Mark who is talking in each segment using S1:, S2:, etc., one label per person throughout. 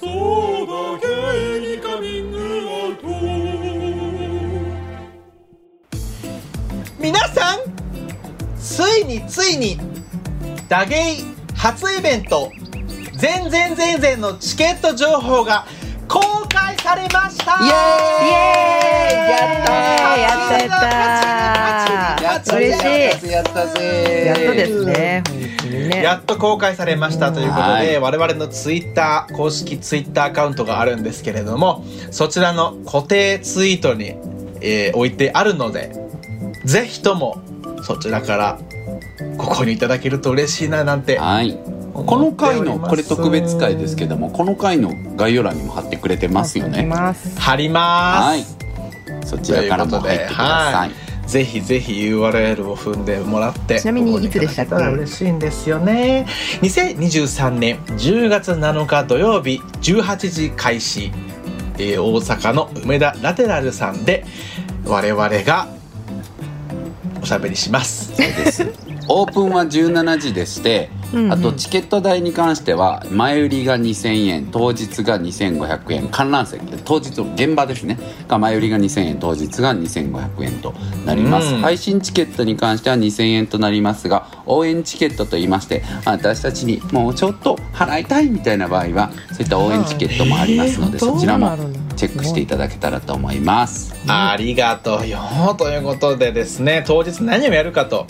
S1: そうだゲイにカミングアウト
S2: 皆さんついについにダゲイ初イベント「全然全然」のチケット情報が公開されました
S3: イエーイ
S4: やったーやったやった嬉しい
S3: やったぜ
S4: やっとですね、本当にね。
S2: やっと公開されましたということ
S3: はい
S2: で、我々のツイッター、公式ツイッターアカウントがあるんですけれども、そちらの固定ツイートに、えー置いてあるので、ぜひともそちらからご購入いただけると嬉しいななんて
S3: はいこ
S2: 思
S3: の
S2: って
S3: 回
S2: おり
S3: の
S2: ます
S3: これ特別回ですけどもこの回の概要欄にも貼ってくれてますよ
S4: い
S3: ね
S4: ます。
S2: 貼ります。
S3: はいそちらからも入ってくださ
S2: と
S3: い
S2: いうことではいぜひぜひ URL を踏んでもらって
S4: ちなみにいつでしたっけ
S2: ご購入いただけたら嬉しいんですよね2023年10月7日土曜日18時開始、えー大阪の梅田ラテラルさんで我々がおしゃべりし ます
S3: オープンは17時でして
S4: うんうん
S3: あとチケット代に関しては前売りが2000円当日が2500円観覧席当日の現場ですねが前売りが2000円当日が2500円となります、
S2: うん
S3: 配信チケットに関しては2000円となりますが応援チケットといいまして私たちにもうちょっと払いたいみたいな場合はそういった応援チケットもありますので、
S2: あ
S3: そちら
S4: ど
S3: も
S4: うなるの
S3: チェックしていただけたらと思います
S2: ありがとうよということでですね当日何をやるかと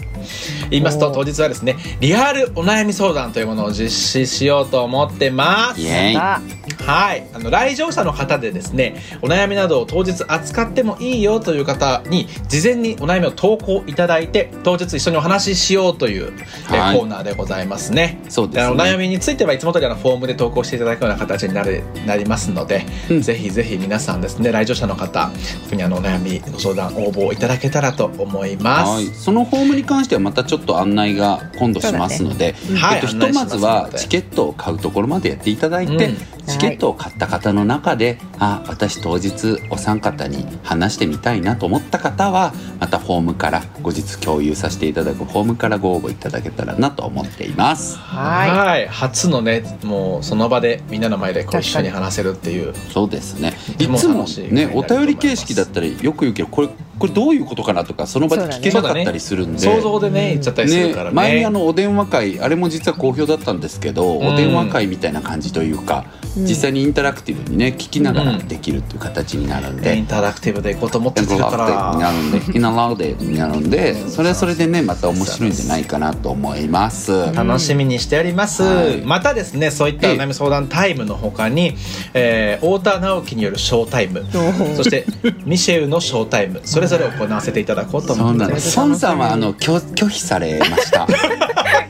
S2: 言いますと
S4: おー
S2: 当日はですねリアルお悩み相談というものを実施しようと思ってます
S3: イエーイ
S4: あ、
S2: はい、あの来場者の方でですねお悩みなどを当日扱ってもいいよという方に事前にお悩みを投稿いただいて当日一緒にお話ししようという、え
S3: はい
S2: コーナーでございますね。
S3: そうですね
S2: あのお悩みについてはいつも通りあのフォームで投稿していただくような形になるなりますので、
S3: うん
S2: ぜひぜひ皆さんですね来場者の方特にあのお悩みご相談応募いただけたらと思います。
S3: はい、そのフォームに関してはまたちょっと案内が今度しますので、
S2: ねはい
S3: えっと、ひ
S2: 案内
S3: と
S2: し
S3: ま
S2: ます
S3: ず
S2: ので
S3: はチケットを買うところまでやっていただいて、
S2: うん
S3: チケットを買った方の中で、あ私当日お三方に話してみたいなと思った方はまたフォームから後日共有させていただくフォームからご応募いただけたらなと思っています。
S2: は
S4: はいい
S2: 初のねもうその場でみんなの前でこう一緒に
S4: 確
S2: 話せるっていう
S3: そうですねい
S2: とても
S3: つも
S2: 楽しい
S3: ね
S2: 回になると思います
S3: お便り形式だったらよく言うけどこれこれどういうことかなとかその場で聞けなかったりするんで、
S2: 想像でね
S4: うん
S2: 言っちゃったりするからね。
S3: 前にあのお電話会あれも実は好評だったんですけど、
S2: うん
S3: お電話会みたいな感じというか、
S4: うん
S3: 実際にインタラクティブにね聞きなが
S2: う
S3: ら
S2: ん
S3: できるという形になるん
S2: イ
S3: で
S2: ン。タラクティブでいこうと思って
S3: イン
S2: る
S3: タ
S2: か
S3: ラクティブに
S2: ら
S3: なるんで、インタラクティブになるんで、それはそれでね、また面白いんじゃないかなと思います。
S2: 楽しみにしております、
S3: はい
S2: またですねそういったお悩み相談タイムのほかに、えー太田直樹によるショータイム
S4: ー
S2: そしてミシェルのショータイムそれぞれ行わせていただこうと
S3: そ
S2: 思
S3: う
S2: ってお
S3: な
S2: りま
S3: んですす。孫さんはあの拒拒否されま した。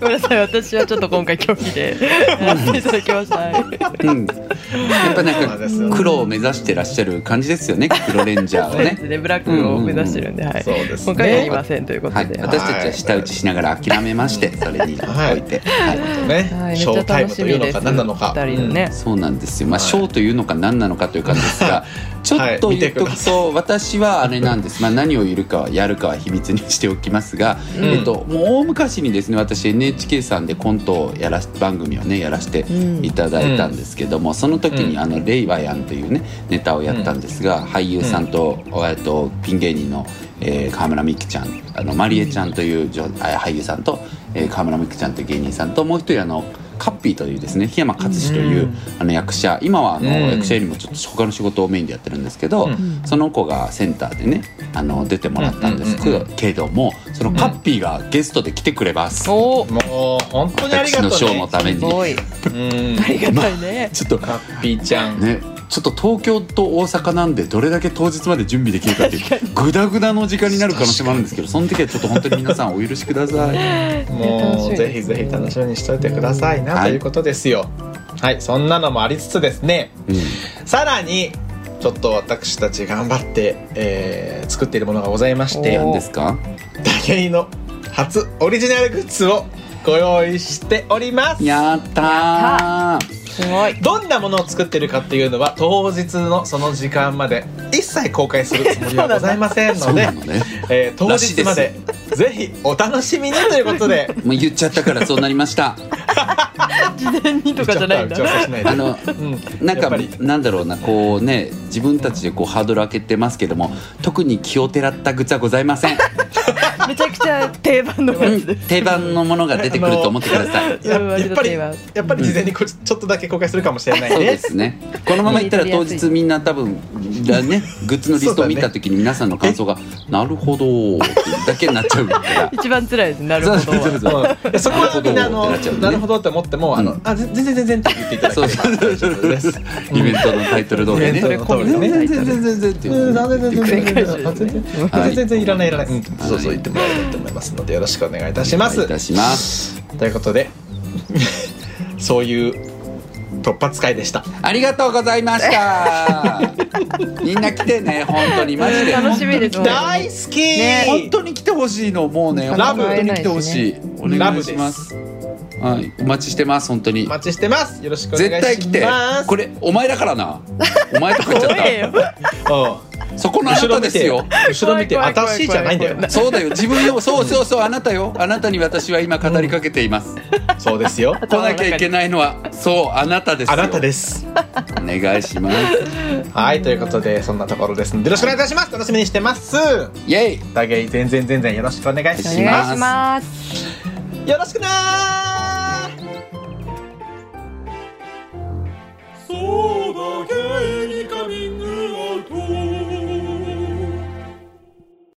S4: ごめんなさい、私はちょっと今回興味でやっていただきました。はい
S3: うん、やっぱ
S2: そうな
S3: なんん
S2: ですよ
S3: か黒を目指してらっしゃる感じですよね。黒レンジャ ーを
S4: そうで
S3: ね
S4: す。ね、ブラックを目指してるんで、はい。
S2: そうですね
S4: 今回は言いませんということ
S3: はい、
S4: で。
S3: 私たちは舌打ちしながら諦めまして、それにおいて、はい
S2: ね、
S4: はい
S2: ショータイムというのか何なのか、
S4: 二人のね。
S3: そうなんですよ、まあ、
S2: はい
S3: ショーというのか何なのかという感じで すがちょっと
S2: はい見
S3: 言
S2: て
S3: っ
S2: くだ
S3: と
S2: さい
S3: くと、私はあれなんです、まあ、何を言うかはやるかは秘密にしておきますが、
S2: ん
S3: えっと、もう大昔にですね私 NHK さんでコントをやらし番組をねやらせていただいたんですけども、その時に
S2: うん
S3: あの「レイワヤン」というねネタをやったんですが、俳優さんと,、えっとピン芸人の、えー川村美樹ちゃんあのマリエちゃんという女あ俳優さんと、えー川村美樹ちゃんという芸人さんともう一人あのカッピーというですね檜山勝志という、
S2: うん
S3: あの役者今はあの、
S2: うん
S3: 役者よりもちょっと他の仕事をメインでやってるんですけど、
S2: うん
S3: その子がセンターでねあの出てもらったんです
S2: う
S3: けど,、
S2: んうん
S3: もそのカッピーがゲストで来てくれます、
S4: おお、
S2: もう本当にあり
S3: 私
S2: がと
S3: の
S2: う
S3: ショー
S2: ね
S3: のため
S4: す
S3: に
S4: ごい。
S2: うん
S4: ありがたいね。
S3: ちょっと
S2: ハッピーちゃん、
S3: ねちょっと東京と大阪なんでどれだけ当日まで準備できるかっていうグダグダの時間になる可能性もあるんですけどその時はちょっと本当に皆さんお許しください。
S2: もうぜひぜひ楽しみにしといてくださいな、
S3: はい
S2: ということですよはいそんなのもありつつですね
S3: うん
S2: さらにちょっと私たち頑張って、えー作っているものがございまし
S4: お
S2: て
S3: 何ですか
S2: ダゲイの初オリジナルグッズをご用意しております
S3: やったー
S4: すごい。
S2: どんなものを作ってるかっていうのは当日のその時間まで一切公開するつもりはございません
S3: そ
S2: の
S3: う
S2: で
S3: なのね
S2: えー当日までぜひお楽しみにということで
S3: もう言っちゃったからそうなりました
S4: 事前にとかじゃないんだ
S2: 調査しないで
S3: あの
S2: うん
S3: なん
S2: やっ
S3: か
S2: ぱり
S3: なんだろうなこうね自分たちでこうハードル開けてますけども特に気をてらったグッズはございません、
S4: めちゃくちゃ定番の
S3: う
S4: やつで
S3: ん
S4: す
S3: 定番のものが出てくると思ってくだ さい
S2: ややっぱり
S4: うん
S2: やっぱり事前にこちょっとだけ公開するかもしれない
S3: そうで
S2: ね。
S3: すねこのままいったら当日みんな多分だね グッズのリストを見た時に皆さんの感想が「 なるほど」っていうだけになっちゃうから。
S4: 一番辛いですねなる
S3: そう
S4: ほ
S3: そうそう
S4: ど
S3: そう
S2: うんいやそこはみんなあの
S3: なるほど
S2: なるほどっ
S3: ってなっちゃうね
S2: て思ってもあ
S3: う
S2: の
S3: ん
S2: あぜ全然全然って言っていただけ
S3: そう
S2: れ
S3: そ
S2: ば
S3: うそう
S2: 大丈夫です。
S3: イベントのタイトル通り
S2: イベ
S3: ね。
S2: ントの通りね
S3: 全然全然全然ってい
S2: 全然
S3: う
S2: 全然全然
S4: 全然
S2: 全然
S3: はい
S2: 全然いらないいらない、うん
S3: はい
S2: そうそう言ってもらえればと思いますのでよろしくお願いいたしま
S3: お願い
S2: す
S3: いたします。
S2: ということでそういう突発会でした
S3: ありがとうございました。みんな来てね、本当にマジで。
S4: 楽しみです
S2: 大好き、
S3: 本当に来てほしいの、もうね、
S2: ラブ
S3: 本当に来てほしい。お
S2: ね
S3: 願いします。はい、お待ちしてます、本当に
S2: お。待ちしてますよろしくお願いし
S3: 絶
S2: ます
S3: 対来て。これ、お前だからな。お前とか言 っちゃっ
S4: 怖えよ
S3: た。そこのあな
S2: 後
S3: た
S2: ろ
S3: で
S2: 見
S3: す
S2: て
S3: よ
S2: よ。後ろ見て
S4: 怖い怖い怖い怖い
S2: 私じゃないんだよ
S3: そうだよ、自分よ、そうそうそう、あなたよ、あなたに私は今語りかけています。
S2: そうですよ
S3: 来なきゃいけないのは、そう、あなたですよ。
S2: あなたです
S3: お願いします。
S2: はいということでそんなところですのでよろしくお願いいたします楽しみにしてます
S3: イェイ。
S2: お互い全然全然よろしくお願いし
S4: お
S2: ます
S4: 願いします
S2: よろしくなー